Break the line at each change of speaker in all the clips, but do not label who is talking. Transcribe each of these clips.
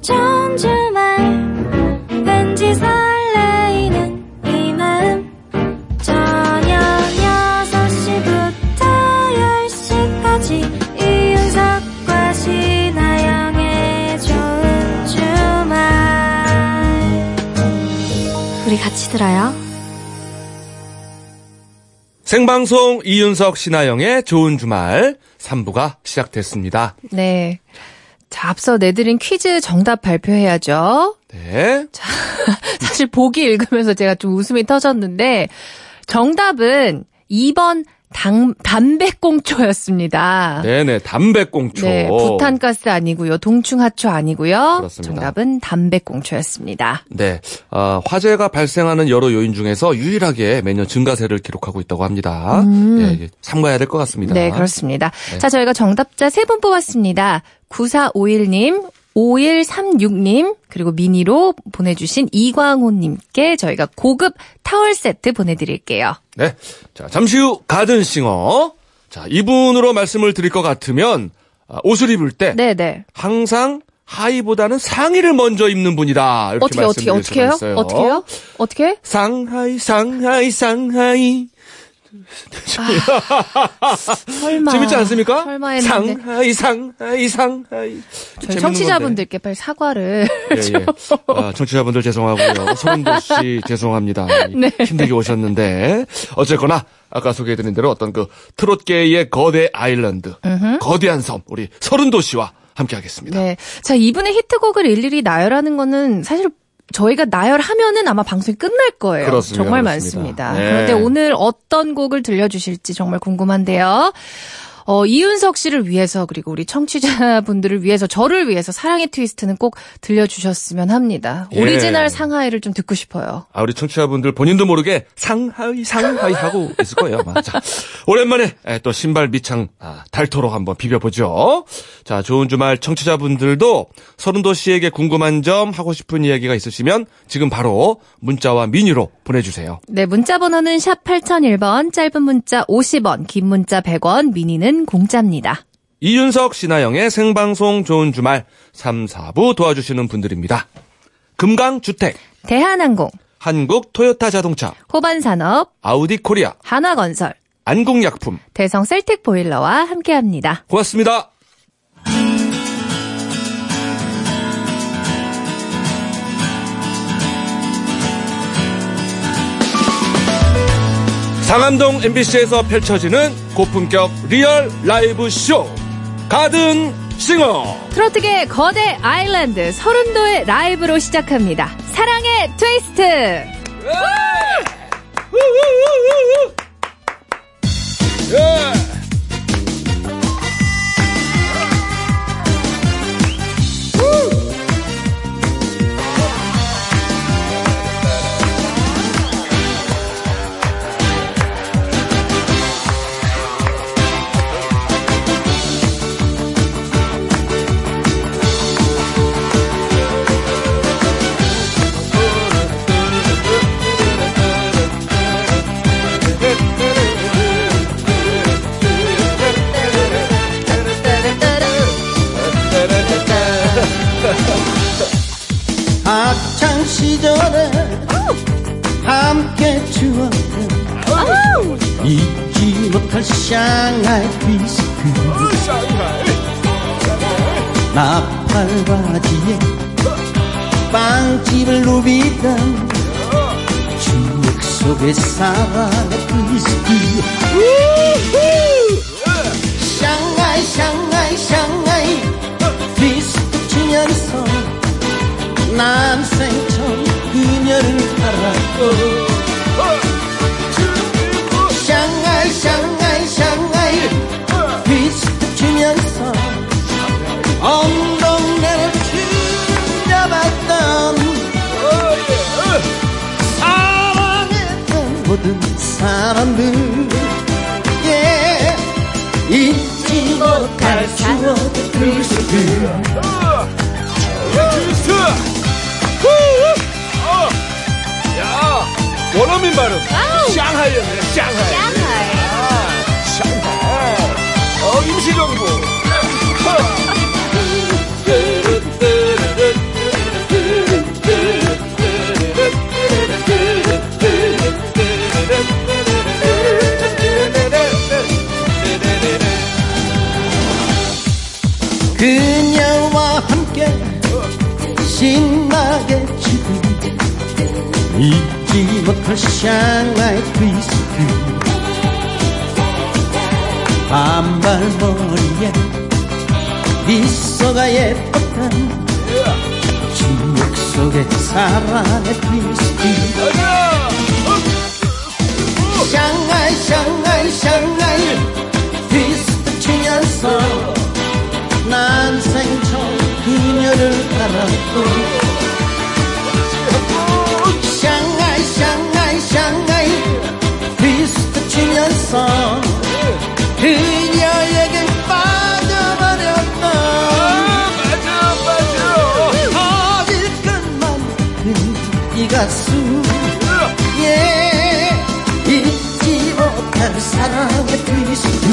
좋은 주말 왠지 설레이는 이 마음 저녁 6시부터 10시까지 이윤석과 신하영의 좋은 주말 우리 같이 들어요
생방송 이윤석 신하영의 좋은 주말 3부가 시작됐습니다.
네. 자, 앞서 내드린 퀴즈 정답 발표해야죠.
네.
사실 보기 읽으면서 제가 좀 웃음이 터졌는데, 정답은 2번 당, 담배꽁초였습니다.
네네. 담배꽁초.
네, 부탄가스 아니고요. 동충하초 아니고요.
그렇습니다.
정답은 담배꽁초였습니다.
네. 아, 화재가 발생하는 여러 요인 중에서 유일하게 매년 증가세를 기록하고 있다고 합니다. 예, 예, 참고해야 될 것 같습니다.
음. 네, 그렇습니다. 자, 저희가 정답자 3분 뽑았습니다. 9451님, 5136님, 그리고 미니로 보내주신 이광호님께 저희가 고급 타월 세트 보내드릴게요.
네. 자, 잠시 후 가든싱어. 자, 이분으로 말씀을 드릴 것 같으면 아, 옷을 입을 때
네네.
항상 하의보다는 상의를 먼저 입는 분이다. 이렇게
어떻게, 어떻게,
말씀드릴
어떻게 해요?
수가 있어요.
어떻게 해요? 어떻게? 해?
상하이, 상하이, 상하이.
설마.
재밌지 않습니까?
아, 설마 했는데.
상하이, 상하이, 상하이.
저희
재밌는 건데.
청취자분들께 그렇죠? 빨리 사과를.
예, 예. 아, 청취자분들 죄송하고요. 서른도 씨 죄송합니다.
네.
힘들게 오셨는데 어쨌거나 아까 소개해드린 대로 어떤 그 트롯계의 거대 아일랜드, 거대한 섬 우리 서른도 씨와 함께하겠습니다.
네. 자, 이분의 히트곡을 일일이 나열하는 거는 사실 저희가 나열하면은 아마 방송이 끝날 거예요.
그렇습니다.
정말
그렇습니다.
많습니다.
네.
그런데 오늘 어떤 곡을 들려주실지 정말 궁금한데요. 어, 이윤석 씨를 위해서 그리고 우리 청취자분들을 위해서 저를 위해서 사랑의 트위스트는 꼭 들려주셨으면 합니다.
예.
오리지널 상하이를 좀 듣고 싶어요.
아, 우리 청취자분들 본인도 모르게 상하이 상하이 하고 있을 거예요. 아마. 자, 오랜만에 에, 또 신발 밑창 아, 달토로 한번 비벼보죠. 자, 좋은 주말 청취자분들도 서른도 씨에게 궁금한 점 하고 싶은 이야기가 있으시면 지금 바로 문자와 미니로 보내주세요.
네, 문자 번호는 샵 8001번, 짧은 문자 50원, 긴 문자 100원, 미니는 공짜입니다.
이윤석, 신하영의 생방송 좋은 주말 3, 4부 도와주시는 분들입니다. 금강주택,
대한항공,
한국 토요타 자동차,
호반산업,
아우디 코리아,
한화건설,
안국약품.
대성 셀틱 보일러와 함께합니다.
고맙습니다. 상암동 MBC에서 펼쳐지는 고품격 리얼 라이브 쇼 가든 싱어
트로트계 거대 아일랜드 서른도의 라이브로 시작합니다. 사랑의 트위스트!
예! 예!
학창 시절에 함께 추억을 잊지 못할 샹하이 비스크 나팔바지에 빵집을 누비던 추억 속의 사랑의 비스크 샹하이 샹하이 샹하이 비스크 추면서 난생 처음 그녀를 알았고 샹하이 샹하이 샹하이 비스트 추면서 엉덩이를 추잡았던
예! 아!
사랑했던 모든 사람들 예 잊지 못할 추억의 비스트
원어민 발음 샹하이였네 샹하이 어 임시정부
그녀와 함께 신나게 지금 잊지 못할 샹하이 트위스트 반발머리에 미소가 예뻤던 침묵 속에 사랑의 트위스트 샹하이 샹하이 샹하이 트위스트 치면서 난 생일 처음 그녀를 알았고 샹하이 샹하이 샹하이 트위스트 치면서 그녀에게
아,
빠져버렸던 어딜 끝만 이 가슴 예 잊지 못할 사랑의 트위스트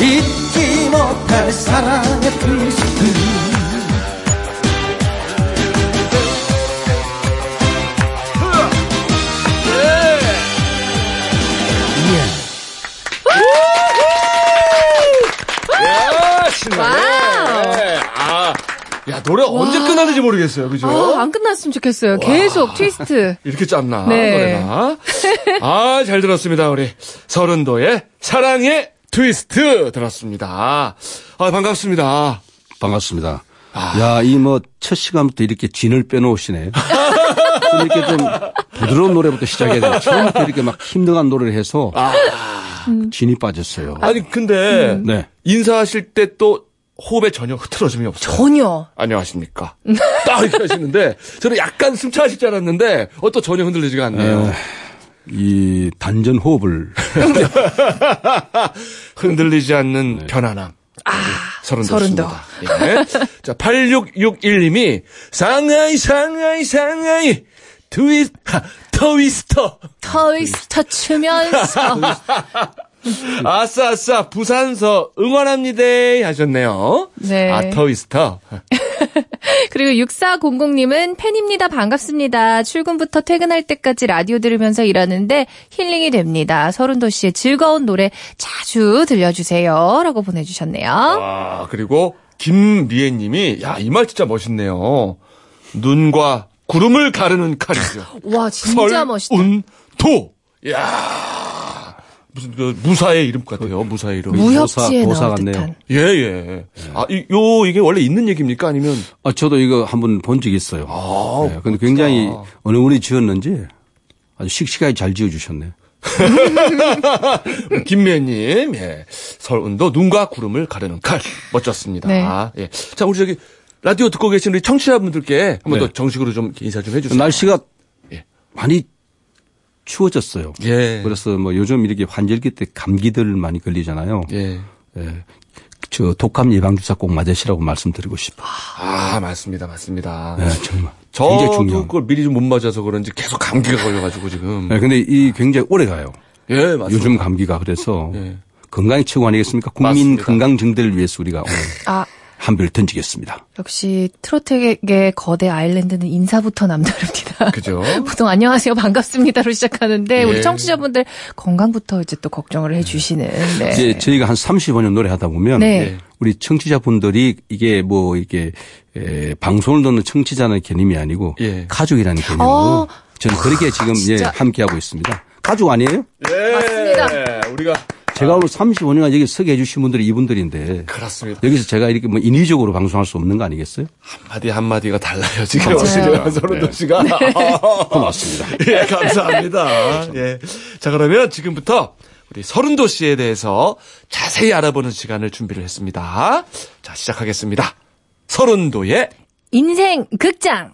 잊지 못할 사랑의 트위스트
야, 아, 신나네.
와우.
예. 아, 야, 노래 언제 끝나는지 모르겠어요. 그죠?
아, 안 끝났으면 좋겠어요. 계속 트위스트.
이렇게 짧나
네.
노래가 아 잘 들었습니다 우리 서른도의 사랑의 트위스트 들었습니다 아 반갑습니다
반갑습니다.
아.
야, 이 뭐, 첫 시간부터 이렇게 진을 빼놓으시네. 좀 이렇게 좀 부드러운 노래부터 시작해야 돼요. 처음부터 이렇게 막 힘등한 노래를 해서 음. 진이 빠졌어요.
아. 아니 음. 근데
네.
인사하실 때 또 호흡에 전혀 흐트러짐이 없어요
전혀.
안녕하십니까 딱 이렇게 하시는데 저는 약간 숨차실 줄 알았는데 어 또 전혀 흔들리지가 않네요
이 단전 호흡을
흔들리지 않는 편안함 아, 서른도입니다. 예. 자, 8661님이 상하이 상하이 상하이 트위 하, 트위스터
트위스트 추면서.
아싸 아싸 부산서 응원합니다 하셨네요.
네.
아 트위스터.
그리고 6400님은 팬입니다. 반갑습니다. 출근부터 퇴근할 때까지 라디오 들으면서 일하는데 힐링이 됩니다. 서른도 씨의 즐거운 노래 자주 들려주세요. 라고 보내주셨네요.
아 그리고 김미애님이 야 이 말 진짜 멋있네요. 눈과 구름을 가르는 칼이죠.
와, 진짜 멋있다.
설운도. 야 무슨 그 무사의 이름 같아요. 무사의 이름.
무협지에 나올
도사- 도사 같네요.
듯한.
예, 예. 아, 이, 요, 이게 원래 있는 얘기입니까? 아니면,
아, 저도 이거 한번 본 적이 있어요.
아,
네, 근데 굉장히 어느 분이 지었는지 아주 씩씩하게 잘 지어주셨네.
김미애님, 예. 설운도 눈과 구름을 가르는 칼. 멋졌습니다.
네.
아, 예. 자, 우리 저기, 라디오 듣고 계신 우리 청취자분들께 한번
네.
더 정식으로 좀 인사 좀 해주세요.
날씨가
예.
많이 추워졌어요.
예.
그래서 뭐 요즘 이렇게 환절기 때 감기들 많이 걸리잖아요.
예.
예. 저 독감 예방주사 꼭 맞으시라고 말씀드리고 싶어요.
아, 맞습니다. 맞습니다.
예, 정말. 굉장히
저도
중요한.
그걸 미리 좀 못 맞아서 그런지 계속 감기가 걸려가지고 지금.
예, 근데 이 굉장히 오래 가요.
예, 맞습니다.
요즘 감기가 그래서
예.
건강이 최고 아니겠습니까? 국민
맞습니다.
건강 증대를 위해서 우리가 오늘
아,
한별 던지겠습니다.
역시 트로트의 거대 아일랜드는 인사부터 남다릅니다.
그죠?
보통 안녕하세요 반갑습니다로 시작하는데
예.
우리 청취자분들 건강부터 이제 또 걱정을 해주시는 네.
이제 저희가 한 35년 노래하다 보면
네.
우리 청취자분들이 이게 뭐 이렇게 에, 방송을 듣는 청취자는 개념이 아니고
예.
가족이라는 개념으로
어.
저는 그렇게 지금 예,
진짜.
함께하고 있습니다. 가족 아니에요?
예.
맞습니다.
우리가.
제가 오늘 35년간 여기 서게 해주신 분들이 이분들인데
그렇습니다.
여기서 제가 이렇게 뭐 인위적으로 방송할 수 없는 거 아니겠어요?
한마디 한마디가 달라요, 지금.
맞아요.
어시리와 서른도 씨가.
네. 고맙습니다. 그렇죠.
예, 감사합니다. 예. 자, 그러면 지금부터 우리 서른도 씨에 대해서 자세히 알아보는 시간을 준비를 했습니다. 자, 시작하겠습니다. 서른도의
인생 극장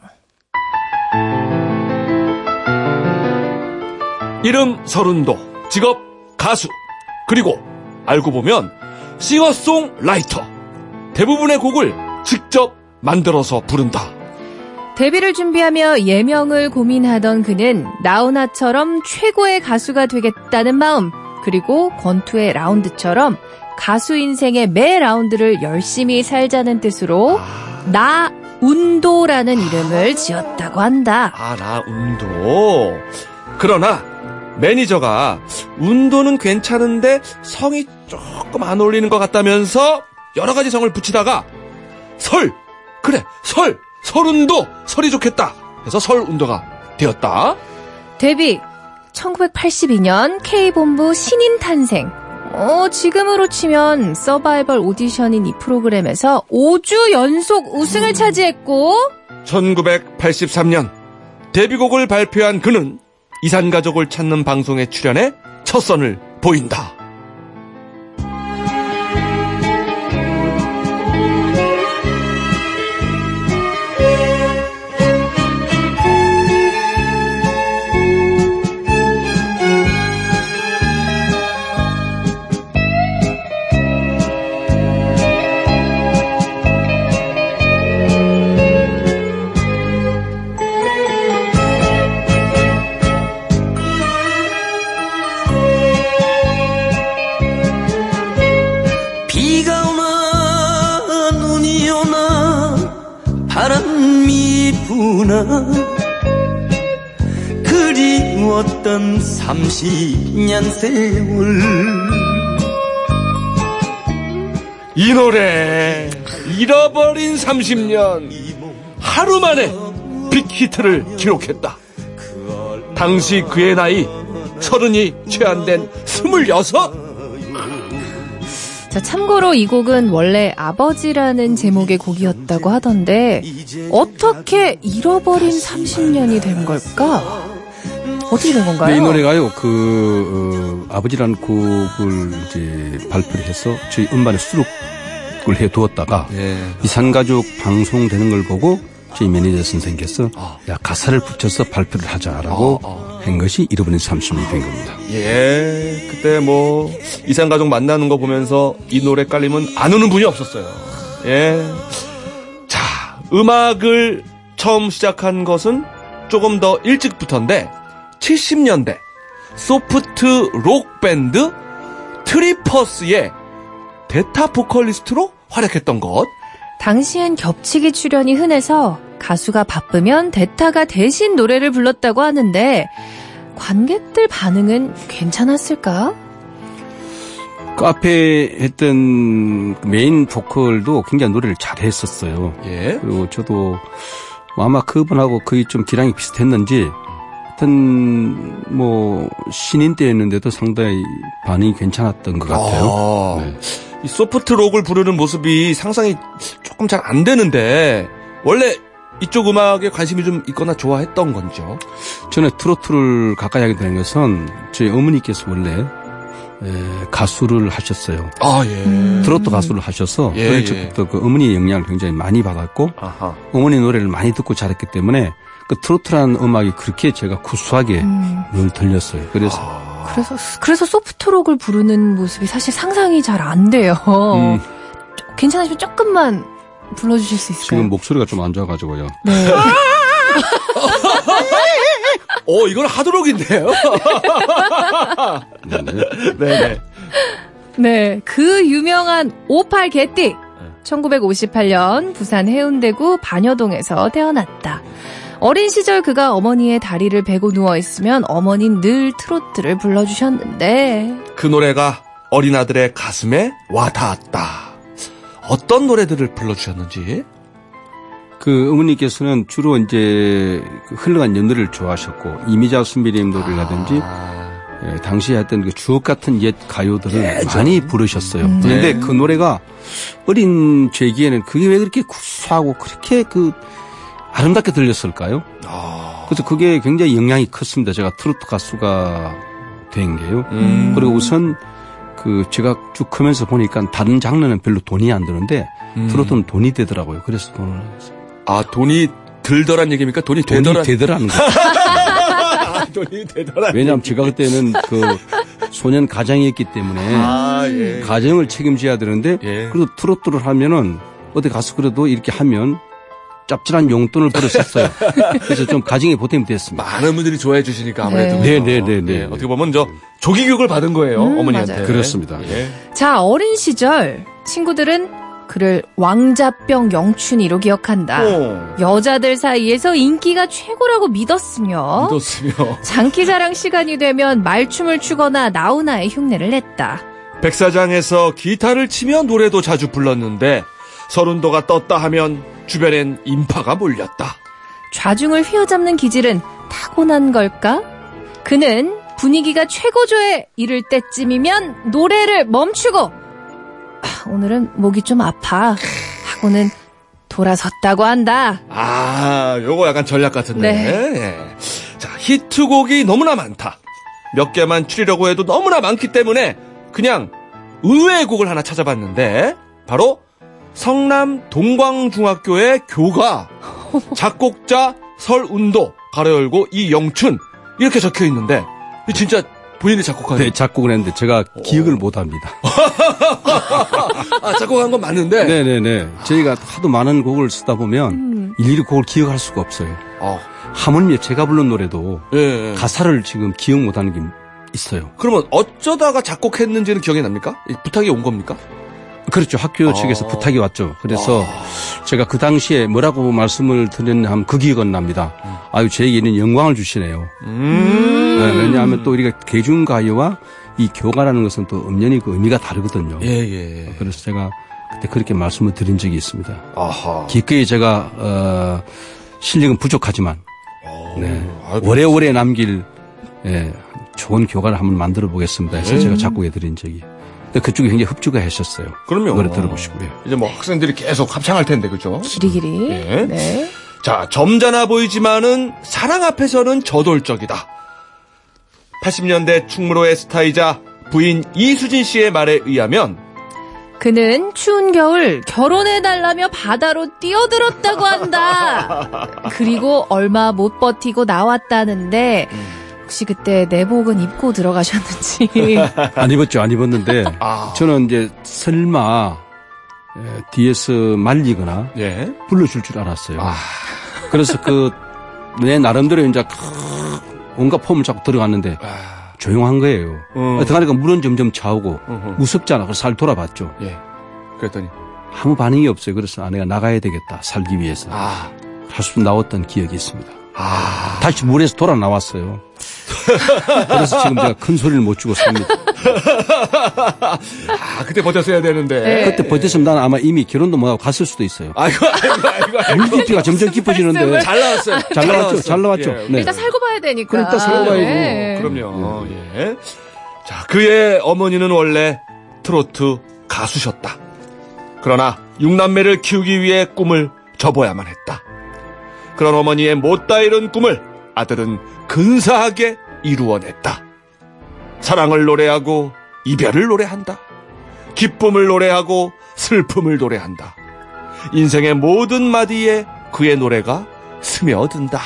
이름 서른도, 직업 가수, 그리고 알고 보면 싱어송라이터. 대부분의 곡을 직접 만들어서 부른다.
데뷔를 준비하며 예명을 고민하던 그는 나훈아처럼 최고의 가수가 되겠다는 마음 그리고 권투의 라운드처럼 가수 인생의 매 라운드를 열심히 살자는 뜻으로 나 운도라는 이름을 지었다고 한다.
아, 나 운도. 그러나 매니저가 운도는 괜찮은데 성이 조금 안 어울리는 것 같다면서 여러 가지 성을 붙이다가 설 그래 설 설운도 설이 좋겠다 해서 설운도가 되었다.
데뷔 1982년 K본부 신인 탄생. 어, 지금으로 치면 서바이벌 오디션인 이 프로그램에서 5주 연속 우승을 차지했고
1983년 데뷔곡을 발표한 그는 이산 가족을 찾는 방송에 출연해 첫 선을 보인다.
비가 오나 눈이 오나 바람이 부나 그리웠던 30년 세월
이 노래 잃어버린 30년 하루 만에 빅히트를 기록했다. 당시 그의 나이 서른이 채 안 된 스물여섯
자, 참고로 이 곡은 원래 아버지라는 제목의 곡이었다고 하던데 어떻게 잃어버린 30년이 된 걸까? 어떻게 된 건가요?
근데 네, 이 노래가요, 그, 어, 아버지라는 곡을 이제 발표를 해서 저희 음반에 수록을 해 두었다가
예.
이 산가족 방송되는 걸 보고 저희 매니저 선생님께서 야, 가사를 붙여서 발표를 하자라고 한 것이 잃어버린 30년이 된 겁니다.
예, 그때 뭐 이산 가족 만나는 거 보면서 이 노래 깔리면 안 우는 분이 없었어요. 예. 자, 음악을 처음 시작한 것은 조금 더 일찍부터인데 70년대 소프트 록 밴드 트리퍼스의 데타 보컬리스트로 활약했던 것.
당시엔 겹치기 출연이 흔해서 가수가 바쁘면 대타가 대신 노래를 불렀다고 하는데 관객들 반응은 괜찮았을까?
그 앞에 했던 그 메인 보컬도 굉장히 노래를 잘했었어요.
예.
그리고 저도 아마 그분하고 거의 좀 기량이 비슷했는지 하여튼 뭐 신인 때였는데도 상당히 반응이 괜찮았던 것 같아요.
아,
네.
이 소프트 록을 부르는 모습이 상상이 조금 잘 안 되는데 원래 이쪽 음악에 관심이 좀 있거나 좋아했던 건죠.
전에 트로트를 가까이 하게 된 것은 저희 어머니께서 원래 에, 가수를 하셨어요.
아 예.
트로트 가수를 하셔서
예,
어릴
예.
적부터 그 어머니의 영향을 굉장히 많이 받았고
아하.
어머니 노래를 많이 듣고 자랐기 때문에 그 트로트라는 음악이 그렇게 제가 구수하게 늘 들렸어요. 그래서
음, 그래서 뭐. 그래서 소프트록을 부르는 모습이 사실 상상이 잘 안 돼요.
아,
음,
어, 괜찮으시면 조금만 불러주실 수 있을까요?
지금 뭐 목소리가 좀 안 좋아가지고요.
네.
어 이건 하드록인데요.
네, 네.
네네.
네, 그 유명한 58 개띠. 1958년 부산 해운대구 반여동에서 태어났다. 어린 시절 그가 어머니의 다리를 베고 누워 있으면 어머닌 늘 트로트를 불러주셨는데
그 노래가 어린 아들의 가슴에 와 닿았다. 어떤 노래들을 불러주셨는지.
그 어머니께서는 주로 이제 그 흘러간 연들을 좋아하셨고 이미자 순비님 노래라든지
아,
예, 당시에 했던 그 주옥 같은 옛
예,
가요들을 많이 부르셨어요.
음.
그런데
네.
그 노래가 어린 제기에는 그게 왜 그렇게 구수하고 그렇게 그 아름답게 들렸을까요?
아,
그래서 그게 굉장히 영향이 컸습니다. 제가 트로트 가수가 된 게요.
음.
그리고 우선 그 제가 쭉 크면서 보니까 다른 장르는 별로 돈이 안 드는데
음.
트로트는 돈이 되더라고요. 그래서 돈을 했어요.
아 돈이 들더란 얘기입니까? 돈이
돈이
되더란.
되더라는 거.
아, 돈이 되더란.
왜냐하면 제가 그때는 그 소년 가장이었기 때문에
아 예.
가정을 책임져야 되는데
예.
그래도 트로트를 하면은 어디 가서 그래도 이렇게 하면 짭짤한 용돈을 벌었었어요. 그래서 좀 가정에 보탬이 됐습니다.
많은 분들이 좋아해 주시니까 아무래도
네.
그렇죠.
네, 네, 네, 네.
예, 어떻게 보면 저 조기 교육을 받은 거예요
음,
어머니한테
맞아요.
그렇습니다.
예.
자 어린 시절 친구들은 그를 왕자병 영춘이로 기억한다.
아.
어.
여자들 사이에서 인기가 최고라고 믿었으며
믿었으며
장기자랑 시간이 되면 말춤을 추거나 나훈아의 흉내를 냈다.
백사장에서 기타를 치며 노래도 자주 불렀는데 서른도가 떴다 하면 주변엔 인파가 몰렸다.
좌중을 휘어잡는 기질은 타고난 걸까? 그는 분위기가 최고조에 이를 때쯤이면 노래를 멈추고 "아, 오늘은 목이 좀 아파 하고는 돌아섰다고 한다.
아, 요거 약간 전략 같은데. 예. 자, 히트곡이 너무나 많다. 몇 개만 추리려고 해도 너무나 많기 때문에 그냥 의외의 곡을 하나 찾아봤는데 바로 성남 동광중학교의 교가 작곡자 설운도 가로 열고 이영춘 이렇게 적혀 있는데 이거 진짜 본인이 작곡한
네, 작곡을 했는데 제가 기억을 못 합니다.
아, 작곡한 건 맞는데
네네네. 저희가 하도 많은 곡을 쓰다 보면 일일이 곡을 기억할 수가 없어요.
어,
하모님 제가 부른 노래도
예, 예.
가사를 지금 기억 못 하는 게 있어요.
그러면 어쩌다가 작곡했는지는 기억이 납니까? 이 부탁이 온 겁니까?
그렇죠. 학교 측에서
어.
부탁이 왔죠. 그래서 제가 그 당시에 뭐라고 말씀을 드렸냐 하면 그 기억은 납니다. 아유, 저에게는 영광을 주시네요. 네, 왜냐하면 또 우리가 대중가요와 이 교가라는 것은 또 엄연히 그 의미가 다르거든요.
예, 예.
그래서 제가 그때 그렇게 말씀을 드린 적이 있습니다.
아하.
기꺼이 제가 어, 실력은 부족하지만 네.
아이고.
오래오래 남길 예, 좋은 교과를 한번 만들어 보겠습니다 해서 제가 작곡해 드린 적이 근데 그쪽이 굉장히 흡족해 하셨어요
음. 그럼요.
노래 들어보시고요
이제 뭐 학생들이 계속 합창할 텐데, 그죠?
기리기리.
예.
네.
자, 점잖아 보이지만은 사랑 앞에서는 저돌적이다. 80년대 충무로의 스타이자 부인 이수진 씨의 말에 의하면
그는 추운 겨울 결혼해달라며 바다로 뛰어들었다고 한다. 그리고 얼마 못 버티고 나왔다는데, 혹시 그때 내복은 입고 들어가셨는지.
안 입었죠 안 입었는데
아.
저는 이제 설마 예, 뒤에서 말리거나
예.
불러줄 줄 알았어요
아.
그래서 그 내 나름대로 이제 온갖 폼을 자꾸 들어갔는데
아,
조용한 거예요
음.
들어가니까 물은 점점 차오고
음흠.
무섭잖아 그래서 살 돌아봤죠
예. 그랬더니
아무 반응이 없어요. 그래서 아내가 나가야 되겠다. 살기 위해서.
아,
할수 나왔던 기억이 있습니다.
아.
다시 물에서 돌아 나왔어요. 그래서 지금 제가 큰 소리를 못 주고 삽니다.
아, 그때 버텼어야 되는데.
네.
그때 버텼으면 나는 아마 이미 결혼도 못하고 갔을 수도 있어요.
아이고, 아이고, 아이고. 아이고.
물기가 점점 깊어지는데.
잘 나왔어요.
잘 나왔죠. 잘 나왔죠.
예.
네.
일단 살고 봐야 되니까.
그럼 일단 그러니까 살고 봐야지.
네.
그럼요. 예. 자, 그의 어머니는 원래 트로트 가수셨다. 그러나 육남매를 키우기 위해 꿈을 접어야만 했다. 그런 어머니의 못다 이룬 꿈을 아들은 근사하게 이루어냈다. 사랑을 노래하고 이별을 노래한다. 기쁨을 노래하고 슬픔을 노래한다. 인생의 모든 마디에 그의 노래가 스며든다.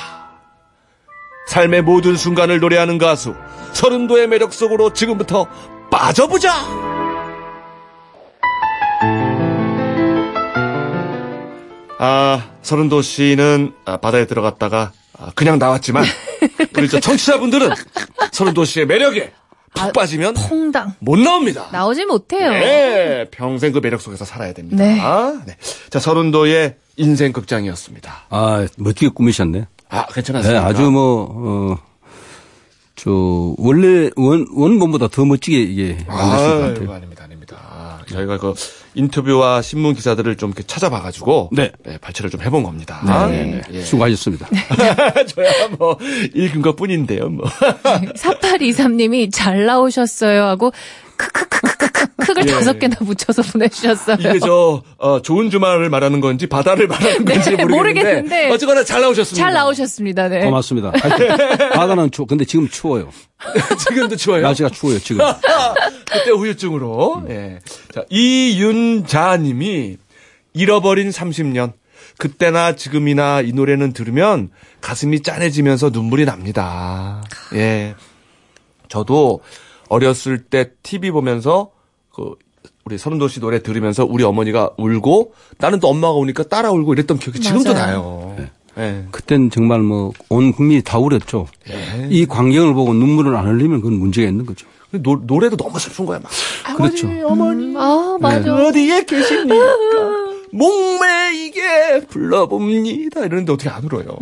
삶의 모든 순간을 노래하는 가수 서른도의 매력 속으로 지금부터 빠져보자. 아 서른도 씨는 아, 바다에 들어갔다가 아, 그냥 나왔지만 우리 저 청취자분들은 서른도 씨의 매력에 푹
아,
빠지면
퐁당.
못 나옵니다.
나오질 못해요.
네, 평생 그 매력 속에서 살아야 됩니다.
네.
네. 자 서른도의 인생 극장이었습니다.
아, 멋지게 꾸미셨네.
아
네,
괜찮았습니다.
아주 뭐, 어, 저, 원래 원, 원본보다 더 멋지게 이게 만드신 것 같아요.
아유, 아닙니다, 아닙니다. 아, 저희가 그 인터뷰와 신문 기사들을 좀 이렇게 찾아봐가지고
네.
발췌를 좀 해본 겁니다. 아,
네,
예.
네. 수고하셨습니다.
저야 뭐 읽은 것 뿐인데요. 뭐.
4823님이 잘 나오셨어요 하고, 크크크크크크크를 다섯 개나 붙여서 보내주셨어요.
예. 이게 저 어, 좋은 주말을 말하는 건지 바다를 말하는 건지 모르겠는데,
모르겠는데.
어쨌거나 잘 나오셨습니다.
잘 나오셨습니다. 네.
고맙습니다. 하여튼 바다는 추워. 근데 지금 추워요.
지금도 추워요.
날씨가 추워요, 지금.
그때 후유증으로. 예. 자, 이윤자님이 잃어버린 30년. 그때나 지금이나 이 노래는 들으면 가슴이 짠해지면서 눈물이 납니다. 예. 저도 어렸을 때 TV 보면서 그 우리 서른도 씨 노래 들으면서 우리 어머니가 울고 나는 또 엄마가 오니까 따라 울고 이랬던 기억이 지금도 나요. 예.
그땐 정말 뭐 온 국민이 다 울었죠. 이 광경을 보고 눈물을 안 흘리면 그건 문제가 있는 거죠.
근데 노, 노래도 너무 슬픈 거야, 막.
그렇죠.
아, 맞아.
그 어디에 계십니까? 목매이게 불러봅니다. 이러는데 어떻게 안 울어요?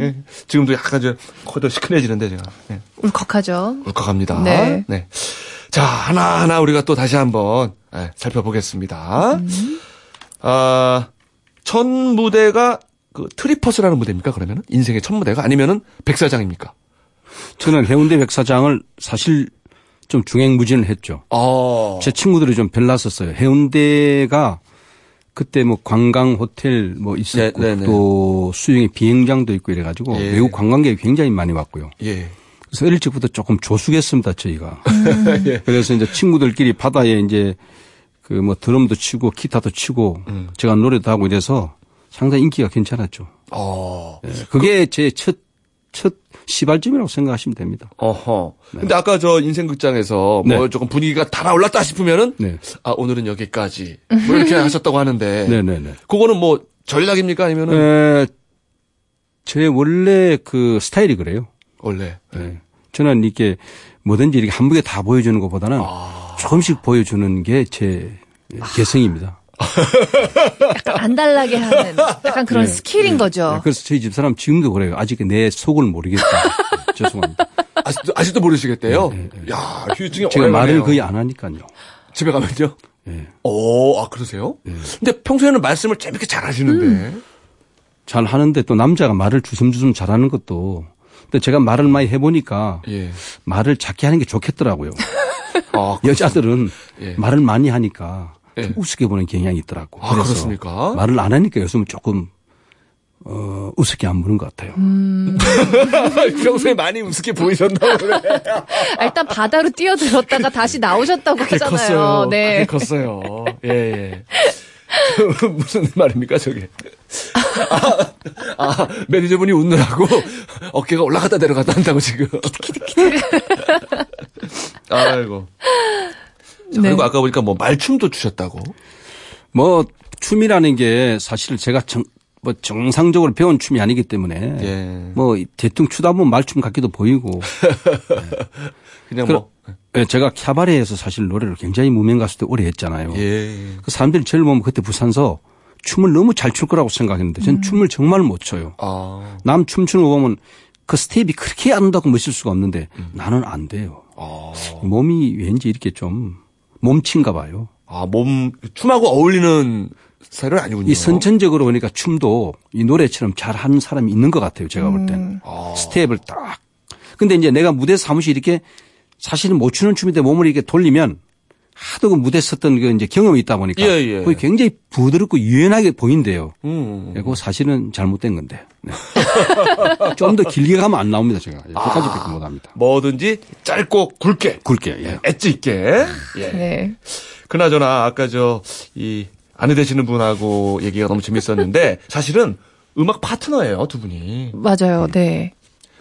예. 지금도 약간 저 코도 시큰해지는데 제가 예,
울컥하죠.
울컥합니다.
네.
자, 하나하나 우리가 또 다시 한번 예, 살펴보겠습니다. 아, 첫 무대가 그 트리퍼스라는 무대입니까? 그러면은 인생의 첫 무대가 아니면은 백사장입니까?
저는 해운대 백사장을 사실 좀 중행무진을 했죠.
어.
제 친구들이 좀 별났었어요. 해운대가 그때 뭐 관광 호텔 뭐 있었고
네, 네, 네.
또 수영의 비행장도 있고 이래가지고
예.
외국 관광객이 굉장히 많이 왔고요.
예.
그래서 어릴 적부터 조금 조숙했습니다 저희가.
음. 예.
그래서 이제 친구들끼리 바다에 이제 그 뭐 드럼도 치고 기타도 치고
음.
제가 노래도 하고 이래서 상당히 인기가 괜찮았죠.
어.
예, 그게 제 첫 첫 시발점이라고 생각하시면 됩니다.
어허. 근데 아까 저 인생극장에서 뭐
네.
조금 분위기가 달아올랐다 싶으면은
네.
아 오늘은 여기까지 뭐 이렇게 하셨다고 하는데
네네네. 어, 네.
그거는 뭐 전략입니까 아니면은
에, 제 원래 그 스타일이 그래요.
원래
예. 저는 이렇게 뭐든지 이렇게 한 번에 다 보여주는 것보다는 조금씩 보여주는 게 제 개성입니다.
안달나게 하는 약간 그런
네.
스킬인
예,
거죠.
그래서 저희 집 사람 지금도 그래요. 아직 내 속을 모르겠다. 네, 죄송합니다.
아직도, 아직도 모르시겠대요. 야 휴증이
네, 제가
어려우네요.
말을 거의 안 하니까요.
집에 가면요.
예.
오, 아 그러세요?
네.
근데 평소에는 말씀을 재밌게 잘 하시는데
음. 잘 하는데 또 남자가 말을 주섬주섬 잘하는 것도. 근데 제가 말을 많이 해보니까
예.
말을 작게 하는 게 좋겠더라고요.
아, 그-
그렇죠. 여자들은
예.
말을 많이 하니까 좀
예.
우습게 보는 경향이 있더라고.
아, 그렇습니까?
말을 안 하니까 요즘은 조금 어, 우습게 안 보는 것 같아요.
평소에 많이 우습게 보이셨나 보네.
아, 일단 바다로 뛰어들었다가 다시 나오셨다고
그게
하잖아요.
컸어요. 그게
네.
컸어요. 예, 예. 저 무슨 말입니까, 저게? 아, 아, 매니저분이 웃느라고 어깨가 올라갔다 내려갔다 한다고 지금. 아이고. 자,
네.
그리고 아까 보니까 뭐 말춤도 추셨다고.
뭐 춤이라는 게 사실 제가 정, 뭐 정상적으로 배운 춤이 아니기 때문에
예.
뭐 대충 추다 보면 말춤 같기도 보이고
그냥
그럼-
뭐.
예, 제가 캬바레에서 사실 노래를 굉장히 무명 가수 때 오래 했잖아요.
예.
그 사람들이 저를 보면 그때 부산서 춤을 너무 잘 출 거라고 생각했는데 전 춤을 정말 못 춰요.
아.
남 춤추는 거 보면 그 스텝이 그렇게 아름답고 멋있을 수가 없는데
음.
나는 안 돼요.
아.
몸이 왠지 이렇게 좀 몸친가 봐요.
아, 몸, 춤하고 어울리는 스타일은 아니군요.
이 선천적으로 보니까 춤도 이 노래처럼 잘하는 사람이 있는 것 같아요. 제가 볼
음.
때는 스텝을 딱. 근데 이제 내가 무대 사무실 이렇게 사실은 못 추는 춤인데 몸을 이렇게 돌리면 하도 그 무대 섰던 그 이제 경험이 있다 보니까
예, 예.
그게 굉장히 부드럽고 유연하게 보인대요.
음.
그거 사실은 잘못된 건데. 네. 좀 더 길게 가면 안 나옵니다. 제가 그까지밖에 못 합니다.
뭐든지 짧고 굵게.
굵게. 예.
엣지 있게. 예.
네.
그나저나 아까 저 이 아내 되시는 분하고 얘기가 너무 재밌었는데 사실은 음악 파트너예요 두 분이
맞아요. 네.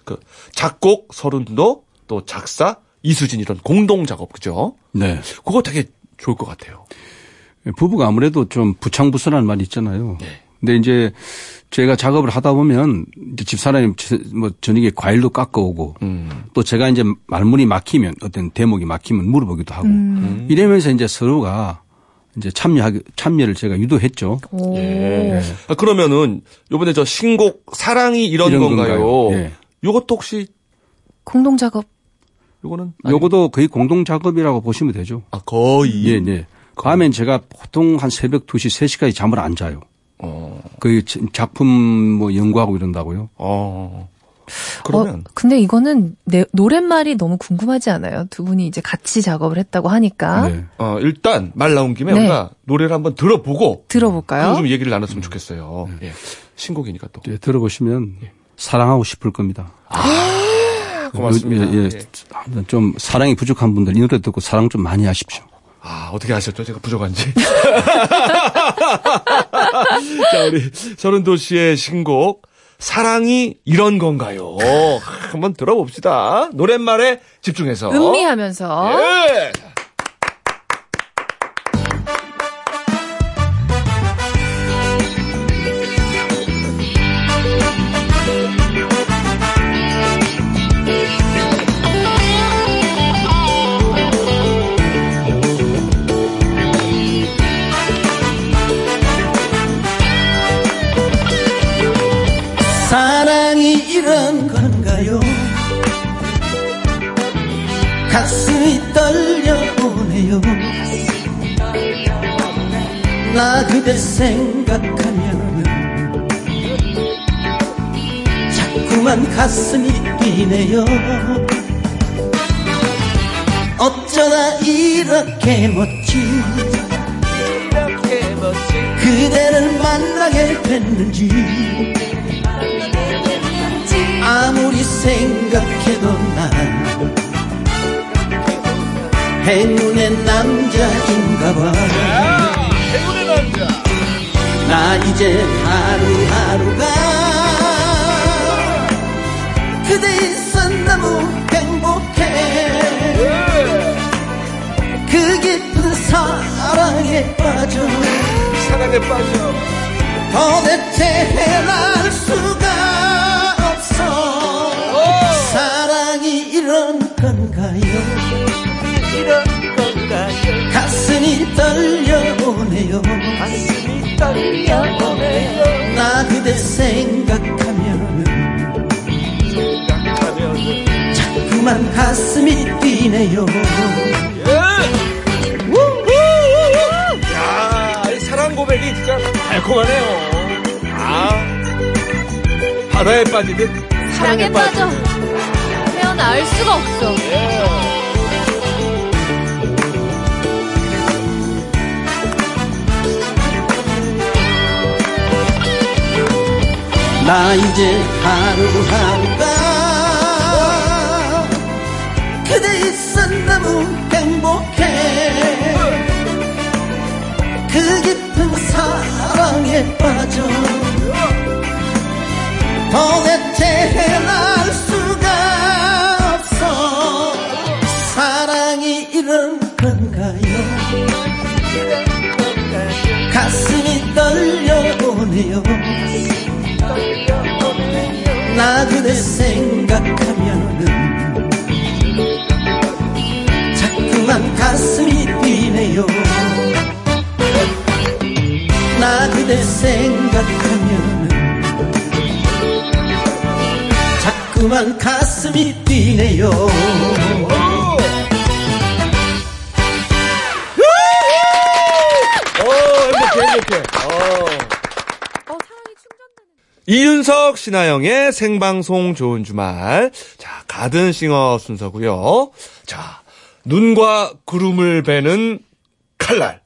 그 작곡 서른도 또 작사 이수진 이런 공동 작업 그죠?
네.
그거 되게 좋을 것 같아요.
부부가 아무래도 좀 부창부수라는 말이 있잖아요. 근데 이제 제가 작업을 하다 보면 이제 집사람이 저- 뭐 저녁에 과일도 깎아오고
음.
또 제가 이제 말문이 막히면 어떤 대목이 막히면 물어보기도 하고 이러면서 이제 서로가 이제 참여하기 참여를 제가 유도했죠.
오.
아, 그러면은 요번에 저 신곡 사랑이 이런,
이런
건가요?
건가요? 예.
요것도 혹시
공동 작업. 어,
요거는
요거도 거의 공동 작업이라고 보시면 되죠.
아 거의
예, 예. 밤엔 제가 보통 한 새벽 2시, 3시까지 잠을 안 자요.
어.
그 작품 뭐 연구하고 이런다고요.
어. 그러면
어, 근데 이거는 내, 노랫말이 너무 궁금하지 않아요? 두 분이 이제 같이 작업을 했다고 하니까
네.
어, 일단 말 나온 김에
네.
우리가 노래를 한번 들어보고
들어볼까요?
좀 얘기를 나눴으면 좋겠어요. 예. 신곡이니까 또.
예, 들어보시면 사랑하고 싶을 겁니다.
아, 고맙습니다.
예, 예.
예.
좀 사랑이 부족한 분들 이 노래 듣고 사랑 좀 많이 하십시오.
아, 어떻게 아셨죠? 제가 부족한지. 자, 우리 서른도 씨의 신곡, 사랑이 이런 건가요? 한번 들어봅시다. 노랫말에 집중해서.
음미하면서
예!
사랑이 이런 건가요? 가슴이 떨려오네요 나 그댈 생각하면 자꾸만 가슴이 뛰네요 어쩌다 이렇게 멋진 그대를 만나게 됐는지 아무리 생각해도 난 행운의 남자인가 봐. 나 이제 하루하루가 그대 있어 너무 행복해. 그 깊은 사랑에 빠져. 사랑에 빠져. 도대체 해날 수가 없어. 사랑이 이런 건가요? 가슴이 떨려오네요. 나 그대 생각하면 자꾸만 가슴이 뛰네요.
야, 이 사랑 고백이 진짜 달콤하네요. 아, 바다에 빠지듯
사랑에 빠져. 헤어나올 수가
예.
없어.
나 이제 하루하루가 그대 있어 너무 행복해 그 깊은 사랑에 빠져 도대체 해날 수가 없어 사랑이 이런 건가요 가슴이 떨려오네요 나 그대 생각하면은 자꾸만 가슴이 뛰네요 나 그대 생각하면은 자꾸만 가슴이 뛰네요
어.
어,
이윤석, 신하영의 생방송 좋은 주말. 자, 가든싱어 순서고요 자, 눈과 구름을 베는 칼날.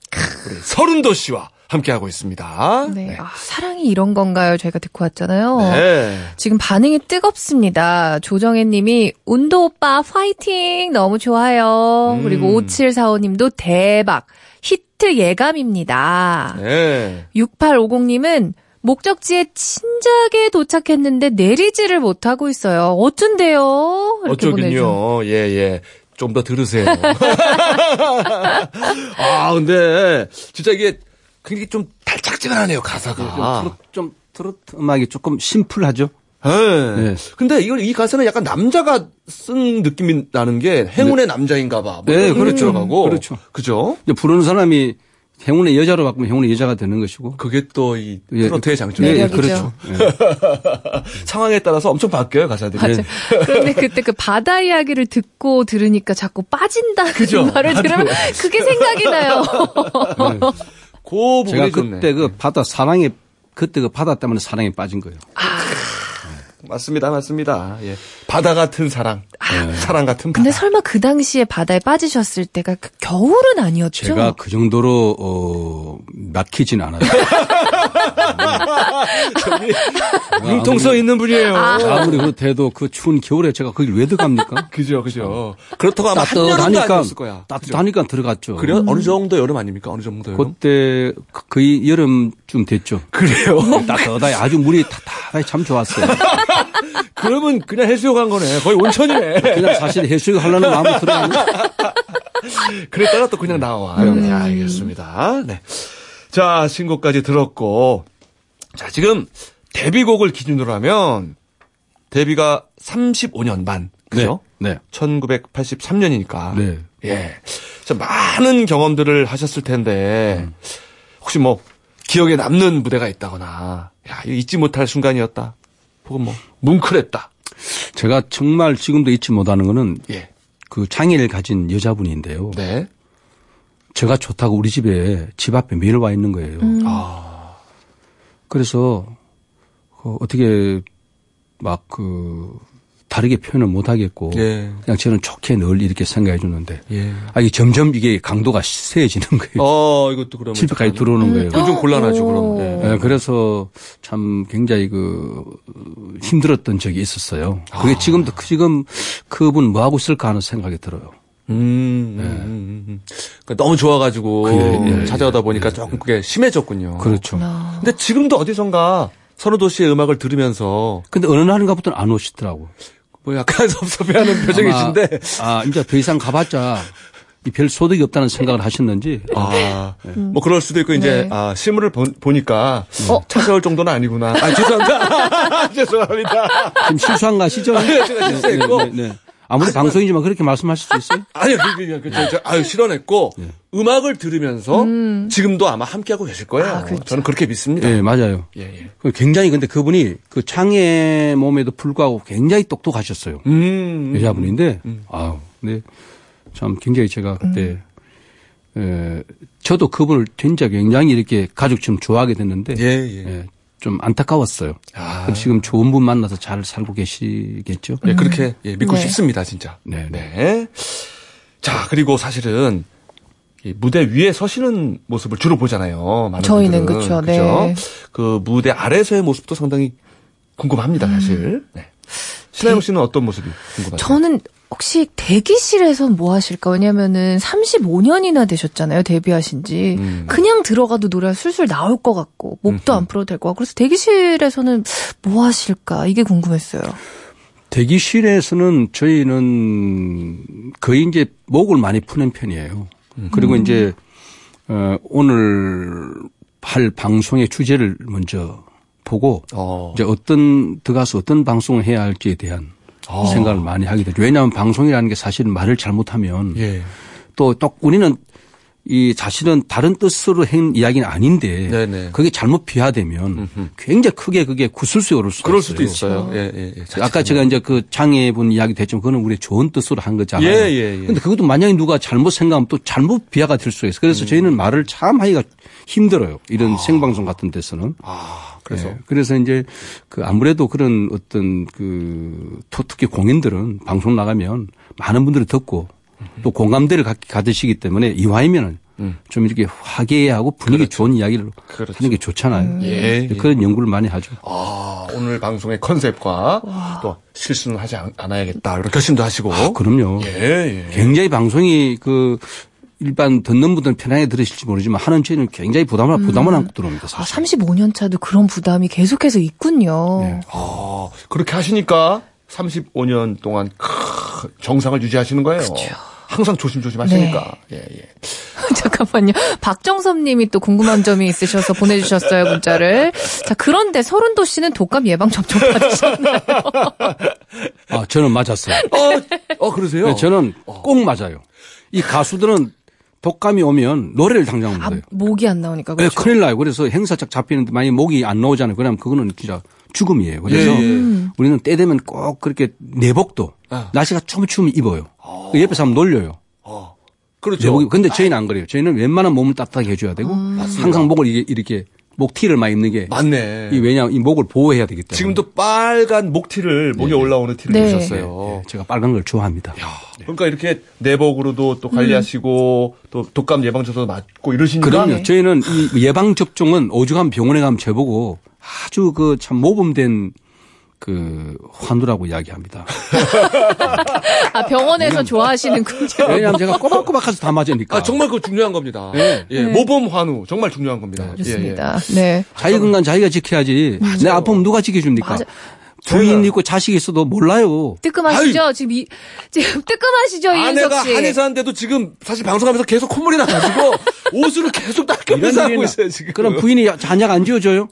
우리 서른도 씨와 함께하고 있습니다.
네. 어. 아, 사랑이 이런 건가요? 저희가 듣고 왔잖아요.
네.
지금 반응이 뜨겁습니다. 조정혜 님이, 운도 오빠 파이팅! 너무 좋아요.
음.
그리고 5745 님도 대박! 히트 예감입니다.
네.
6850 님은, 목적지에 친작에 도착했는데 내리지를 못하고 있어요. 어쩐데요? 이렇게 보내주셨어요.
어쩌긴요. 예, 예. 좀 더 들으세요. 아, 근데 진짜 이게 굉장히 좀 달짝지근하네요, 가사가.
트로트, 좀 트로트 음악이 조금 심플하죠.
예.
네.
근데 이걸 이 가사는 약간 남자가 쓴 느낌이 나는 게 행운의 남자인가봐. 뭐
네, 그렇죠.
들어가고.
그렇죠.
그죠?
이제 부르는 사람이 행운의 여자로 바꾸면 행운의 여자가 되는 것이고.
그게 또 이
예,
트로트의 장점이
예,
에요 네.
예,
매력이죠.
그렇죠. 네.
상황에 따라서 엄청 바뀌어요 가사들이.
그렇죠. 그런데 그때 그 바다 이야기를 듣고 들으니까 자꾸 빠진다
그죠?
그 말을 들으면 그게 생각이 나요.
고
제가
부분이 좋네.
그때 그 바다 사랑에 그때 그 바다 때문에 사랑에 빠진 거예요.
네. 맞습니다, 맞습니다. 예. 바다 같은 사랑, 아,
네.
사랑 같은 바다.
근데 설마 그 당시에 바다에 빠지셨을 때가 그 겨울은 아니었죠?
제가 그 정도로 어 막히진 않았어요. 아,
융통성 있는 분이에요.
아무리 그렇대도 그 추운 겨울에 제가 거길 왜 들어갑니까?
그죠, 그죠. 그렇다고 아마 한여름도
따뜻하니까
아니었을 거야. 그죠?
따뜻하니까 들어갔죠.
그래요? 어느 정도 여름 아닙니까? 어느 정도 여름?
그때 그- 거의 여름쯤 됐죠. 네,
그래요.
따뜻하게 아주 물이 타타하게 참 좋았어요.
그러면 그냥 해수욕한 거네. 거의 온천이네.
그냥 사실 해수욕 하려는 마음으로 들어가는
그랬다가 또 그냥 나와요. 네, 알겠습니다. 네. 자, 신곡까지 들었고. 자, 지금 데뷔곡을 기준으로 하면 데뷔가 35년 반. 그죠?
네.
1983년이니까.
네.
예. 자, 많은 경험들을 하셨을 텐데 혹시 뭐 기억에 남는 무대가 있다거나 야, 이거 잊지 못할 순간이었다. 혹은 뭐 뭉클했다.
제가 정말 지금도 잊지 못하는 거는
예.
그 장애를 가진 여자분인데요.
네.
제가 좋다고 우리 집에 집 앞에 매일 와 있는 거예요. 그래서 어, 어떻게 막 그 다르게 표현을 못 하겠고
예.
그냥 저는 좋게 늘 이렇게 생각해 주는데
예.
아 이게 점점 이게 강도가 세지는 거예요.
어, 이것도 그러면.
집에까지
참-
들어오는 거예요.
그건 좀 곤란하죠,
어.
그럼. 예.
음.
예, 그래서 참 굉장히 그 어, 힘들었던 적이 있었어요. 그게 지금도 그- 지금 그분 뭐 하고 있을까 하는 생각이 들어요.
음, 음, 음, 음. 그러니까 너무 좋아가지고
예, 예,
찾아오다 보니까 조금 그게 심해졌군요.
그렇죠.
근데 지금도 어디선가 선호도 씨의 음악을 들으면서
근데 어느 날인가부터는 안 오시더라고.
뭐 약간 섭섭해하는 표정이신데
아 이제 더 이상 가봤자 이 별 소득이 없다는 생각을 하셨는지.
아,
네. 음.
뭐 그럴 수도 있고 이제
네.
아, 실물을 보, 보니까 어? 찾아올 정도는 아니구나. 아, 죄송합니다. 죄송합니다.
지금 실수한 거 아시죠? 네,
제가 실수했고.
아무리 방송이지만 그렇게 말씀하실 수 있어요?
아니요, 그, 그, 그, 저, 저, 아유, 실언했고,
네.
음악을 들으면서 지금도 아마 그렇죠. 함께하고 계실 거예요. 저는 그렇게 믿습니다.
네, 맞아요.
예, 예.
그 굉장히 근데 그분이 그 장애 몸에도 불구하고 굉장히 똑똑하셨어요.
음, 음. 음.
여자분인데, 아우, 근데 참 굉장히 제가 그때, 에, 저도 그분을 굉장히 굉장히 이렇게 가족처럼 좋아하게 됐는데,
예, 예.
음.
예, 좀 안타까웠어요.
아.
그럼 지금 좋은 분 만나서 잘 살고 계시겠죠?
예, 그렇게 예, 믿고
네.
싶습니다, 진짜.
네, 네.
자, 그리고 사실은 이 무대 위에 서시는 모습을 주로 보잖아요. 많은
저희는
분들은.
그쵸, 네.
그죠? 그 무대 아래에서의 모습도 상당히 궁금합니다, 사실. 네. 신하영 씨는 어떤 모습이 궁금하세요?
음. 네. 저는 혹시 대기실에서 뭐 하실까? 왜냐면은 35년이나 되셨잖아요, 데뷔하신 지.
음.
그냥 들어가도 노래가 술술 나올 것 같고, 목도 안 풀어도 될 것 같고, 그래서 대기실에서는 뭐 하실까? 이게 궁금했어요.
대기실에서는 저희는 거의 이제 목을 많이 푸는 편이에요.
음.
그리고 이제 어, 오늘 할 방송의 주제를 먼저 보고
어.
이제 어떤 들어가서 어떤 방송을 해야 할지에 대한
어.
생각을 많이 하게 되죠. 왜냐하면 방송이라는 게 사실 말을 잘못하면
예.
또, 또 우리는 이 자신은 다른 뜻으로 한 이야기는 아닌데
네네.
그게 잘못 비하되면 굉장히 크게 그게 구슬수에 오를 수가
그럴
있어요.
수도 있어요. 예, 예, 예. 자칫-
아까 제가 이제 그 장애분 이야기 됐지만 그거는 우리의 좋은 뜻으로 한 거잖아요.
예, 예, 예.
근데 그것도 만약에 누가 잘못 생각하면 또 잘못 비하가 될 수가 있어요. 그래서
음.
저희는 말을 참 하기가 힘들어요. 이런 생방송 같은 데서는.
아, 그래서
예, 그래서 이제 그 아무래도 그런 어떤 그 토- 특히 공인들은 방송 나가면 많은 분들이 듣고 또 공감대를 갖- 가지시기 때문에 이왕이면은 좀 이렇게 화기애애하고 분위기 좋은 이야기를
음. 그렇죠.
하는 게 좋잖아요.
예, 예.
그런 연구를 많이 하죠.
아, 오늘 방송의 컨셉과 또 실수는 하지 않, 않아야겠다. 이런 결심도 하시고.
그럼요.
예, 예.
굉장히 방송이 그 일반 듣는 분들은 편하게 들으실지 모르지만 하는 저희는 굉장히 부담을
음.
부담을 안고 들어옵니다.
아,
사실.
35년 차도 그런 부담이 계속해서 있군요.
아, 그렇게 하시니까 35년 동안 크, 정상을 유지하시는 거예요. 항상 조심조심 하시니까.
네.
예, 예.
잠깐만요. 박정섭 님이 또 궁금한 점이 있으셔서 보내주셨어요, 문자를. 자, 그런데 서른도 씨는 독감 예방 접종
네.
받으셨나요?
아, 저는 맞았어요.
어, 어, 그러세요?
네, 저는 꼭 맞아요. 이 가수들은 독감이 오면 노래를 당장 못
아,
해요.
목이 안 나오니까.
네,
그렇죠.
큰일 나요. 그래서 행사짝 잡히는데 만약에 목이 안 나오잖아요. 그러면 그거는 진짜 죽음이에요. 그래서
예, 예.
우리는 때 되면 꼭 그렇게 내복도
아.
날씨가 좀 추우면 입어요. 그 옆에 사람 놀려요.
어. 그렇죠. 음.
내복이 근데 저희는 안 그래요. 저희는 웬만한 몸을 따뜻하게 해줘야 되고 항상 목을 이게 이렇게 목티를 많이 입는 게
맞네.
이 왜냐 이 목을 보호해야 되기 때문에
지금도 빨간 목티를 목에 올라오는 티를
네.
입으셨어요.
예, 제가 빨간 걸 좋아합니다.
그러니까 이렇게 내복으로도
음.
또 관리하시고 또 독감 예방주사도 맞고 이러시니까
그럼요. 저희는 이 예방 접종은 오죽하면 병원에 가면 재보고 아주 그 참 모범된 그 환우라고 이야기합니다. 네.
아, 병원에서 좋아하시는군요.
왜냐하면 제가 꼬박꼬박해서 다 맞으니까.
아, 정말 그거 중요한 겁니다.
네.
예, 모범 환우 정말 중요한 겁니다. 예, 예.
네. 좋습니다. 네.
자기 건강 자기가 지켜야지. 내 아픔 누가 지켜줍니까?
맞아.
부인
제가-
있고 자식이 있어도 몰라요.
뜨끔하시죠? 지금 이, 지금 뜨끔하시죠, 이윤석
아내가
씨.
한의사인데도 지금 사실 방송하면서 계속 콧물이 나가지고 옷을 계속 닦으면서 하고
일이나-
있어요 지금.
그럼 부인이 잔약 안 지어줘요?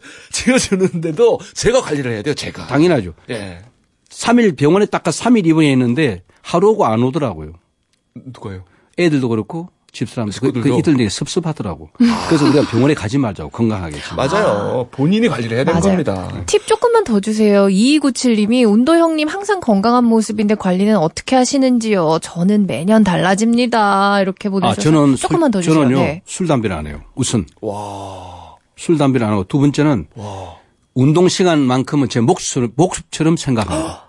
지어주는데도 제가 관리를 해야 돼요 제가.
당연하죠.
예.
3일 병원에 닦아 3일 입원해 있는데 하루 오고 안 오더라고요.
누가요?
애들도 그렇고 집사람들 그,
식구들도.
그 이들 되게 섭섭하더라고. 그래서 우리가 병원에 가지 말자고 건강하게. 지금.
맞아요. 본인이 관리를 해야 되는
맞아요.
겁니다.
팁 조금만 더 주세요. 2297님이 운도 형님 항상 건강한 모습인데 관리는 어떻게 하시는지요? 저는 매년 달라집니다. 이렇게
아
보내주셔서
저는 술-
조금만 더 주세요.
저는요
네.
술 담배를 안 해요. 우선
와.
술 담배를 안 하고 두 번째는 운동 시간만큼은 제 목숨, 목숨처럼
아.
생각합니다.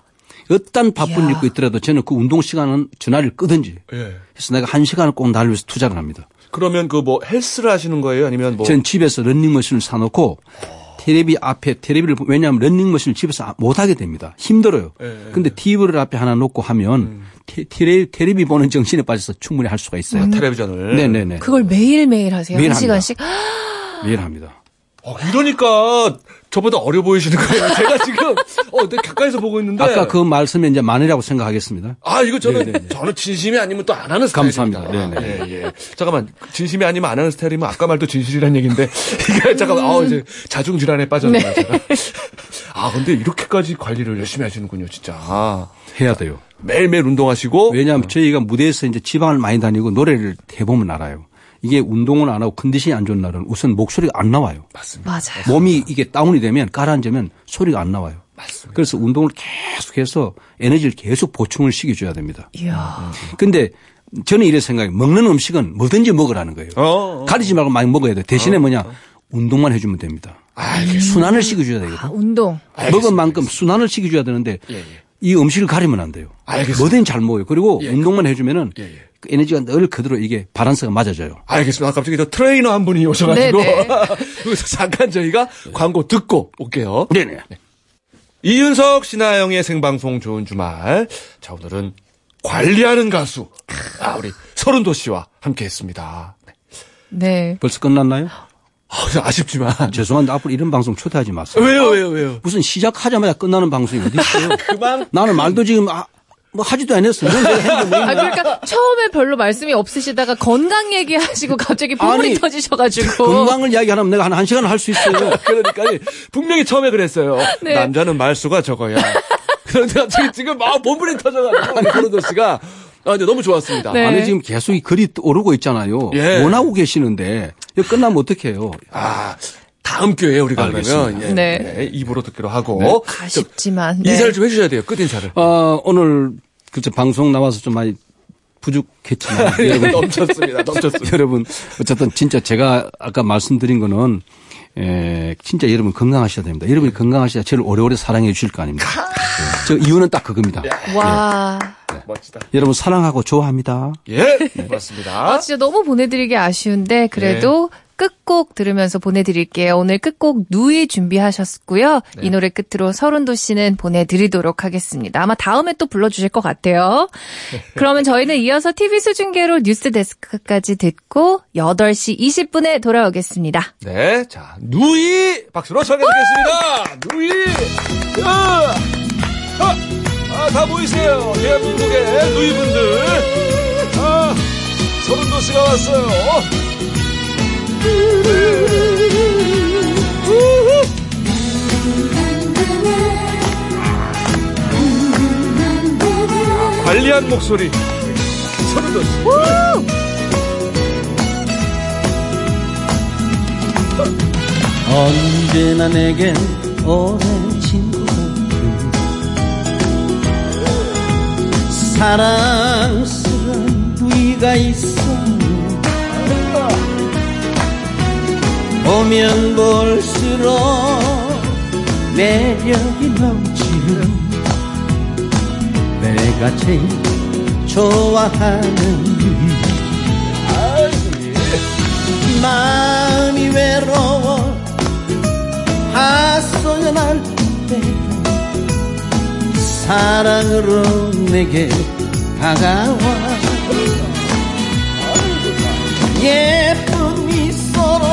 어떤 바쁜 일고 있더라도 저는 그 운동 시간은 전화를 끄든지
예.
그래서 내가 한 시간을 꼭 나를 위해서 투자를 합니다.
그러면 그 뭐 헬스를 하시는 거예요? 아니면 뭐
전 집에서 런닝머신을 사놓고 테레비 앞에 테레비를 보- 왜냐하면 런닝머신을 집에서 아- 못 하게 됩니다. 힘들어요.
예, 음. 예.
근데 TV를 앞에 하나 놓고 하면 테, 레비 테레비 보는 정신에 빠져서 충분히 할 수가
음.
있어요.
텔레비전을?
네네네.
그걸 매일매일 하세요.
매일
한 시간씩.
이해합니다.
어, 이러니까 저보다 어려 보이시는 거예요. 제가 지금 어, 내 가까이서 보고 있는데
아까 그 말씀에 이제 만이라고 생각하겠습니다.
아, 이거 저는 저는 진심이 아니면 또 안 하는 스타일입니다.
네, 감사합니다. 네,
아, 예, 예. 잠깐만. 진심이 아니면 안 하는 스타일이면 아까 말도 진실이란 얘기인데 이게 잠깐만. 아, 이제 자중 질환에 빠졌네요. 제가. 아, 근데 이렇게까지 관리를 열심히 하시는군요, 진짜. 아,
해야 돼요.
매일매일 운동하시고
왜냐하면 저희가 무대에서 이제 지방을 많이 다니고 노래를 해보면 알아요. 이게 운동을 안 하고 컨디션이 안 좋은 날은 우선 목소리가 안 나와요.
맞아요.
몸이 이게 다운이 되면 가라앉으면 소리가 안 나와요. 그래서 운동을 계속해서 에너지를 계속 보충을 시켜줘야 됩니다.
이야.
근데 저는 이래 생각해요. 먹는 음식은 뭐든지 먹으라는 거예요.
어, 어.
가리지 말고 많이 먹어야 돼. 대신에 뭐냐 운동만 해주면 됩니다. 순환을 시켜줘야
아,
되거든.
운동.
먹은 만큼 순환을 시켜줘야 되는데 이 음식을 가리면 안 돼요.
예, 알겠습니다.
뭐든 잘 먹어요. 그리고 운동만 해주면은
예, 예.
그 에너지가 늘 그대로 이게 바란스가 맞아져요.
알겠습니다. 아, 갑자기 저 트레이너 한 분이 오셔가지고
네,
그래서 잠깐 저희가 광고 듣고 올게요.
네네.
이윤석 신하영의 생방송 좋은 주말. 자 오늘은 관리하는 가수 아 우리 서른도 씨와 함께했습니다. 네.
네.
벌써 끝났나요?
아, 아쉽지만
죄송한데 앞으로 이런 방송 초대하지 마세요.
왜요 왜요 왜요.
무슨 시작하자마자 끝나는 방송이 어디 있어요?
그만
나는 말도 지금 아, 뭐 하지도 안 했어요. 그냥 내가 했는데 뭐
아, 그러니까 처음에 별로 말씀이 없으시다가 건강 얘기하시고 갑자기 보물이
아니,
터지셔가지고.
건강을 뭐 이야기하면 내가 한, 한 시간 할 수 있어요.
그러니까 분명히 처음에 그랬어요.
네.
남자는 말수가 적어야. 그런데 갑자기 지금 막 몸부림 터져가지고 우리 서른도 씨가 아, 근데 너무 좋았습니다.
네.
안에 지금 계속 이 글이 오르고 있잖아요.
예.
원하고 계시는데 이거 끝나면 어떡해요.
아 다음 기회에 우리가 그러면
알겠습니다.
예,
네.
네.
예, 입으로 듣기로 하고 좀
아쉽지만. 네.
인사를 좀 해주셔야 돼요. 끝 인사를.
아, 오늘 글쎄 방송 나와서 좀 많이 부족했지만 네. 여러분
예. 넘쳤습니다. 넘쳤습니다.
여러분 어쨌든 진짜 제가 아까 말씀드린 거는 에, 진짜 여러분 건강하셔야 됩니다. 여러분이 건강하셔야 저를 오래오래 사랑해 주실 거 아닙니까? 예. 저 이유는 딱 그겁니다.
와.
멋지다.
여러분 사랑하고 좋아합니다.
예, 고맙습니다.
아, 진짜 너무 보내드리기 아쉬운데 그래도 끝곡 들으면서 보내드릴게요. 오늘 끝곡 누이 준비하셨고요. 이 노래 끝으로 서른도 씨는 보내드리도록 하겠습니다. 아마 다음에 또 불러주실 것 같아요. 그러면 저희는 이어서 TV 수중계로 뉴스 데스크까지 듣고 8시 20분에 돌아오겠습니다.
네, 자 누이 박수로 청해드리겠습니다. 누이, 야, 아, 아, 다 보이세요, 대한민국의 누이 분들. 아, 서른도 씨가 왔어요. 관리한 목소리, 서른도 씨.
언제나 내겐 오랜 친구가 그 사랑스런 부위가 있어 보면 볼수록 매력이 넘치는 내가 제일 좋아하는 부위 마음이 외로워 하소연할 때 사랑으로 내게 다가와 예쁜 미소로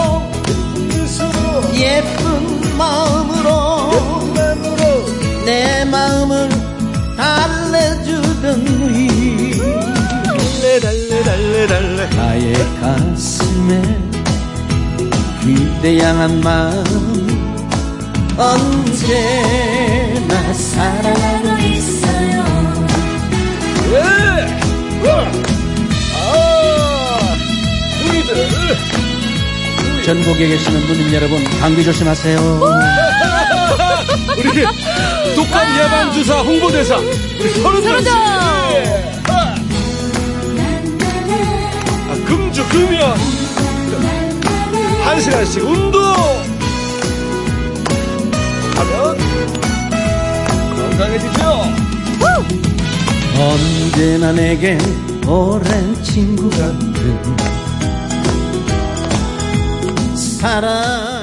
예쁜 마음으로 내 마음을 달래주던 이 나의 가슴에 위대한 마음 언제나 사랑하고
아,
전국에 계시는 분들 여러분 감기 조심하세요.
우리 독감 예방 주사 홍보대사 우리 아. 서른전 씨. 아, 금주 금연 한 시간씩 운동 하면 건강해지죠.
언제나 내게 오랜 친구 같은 사랑.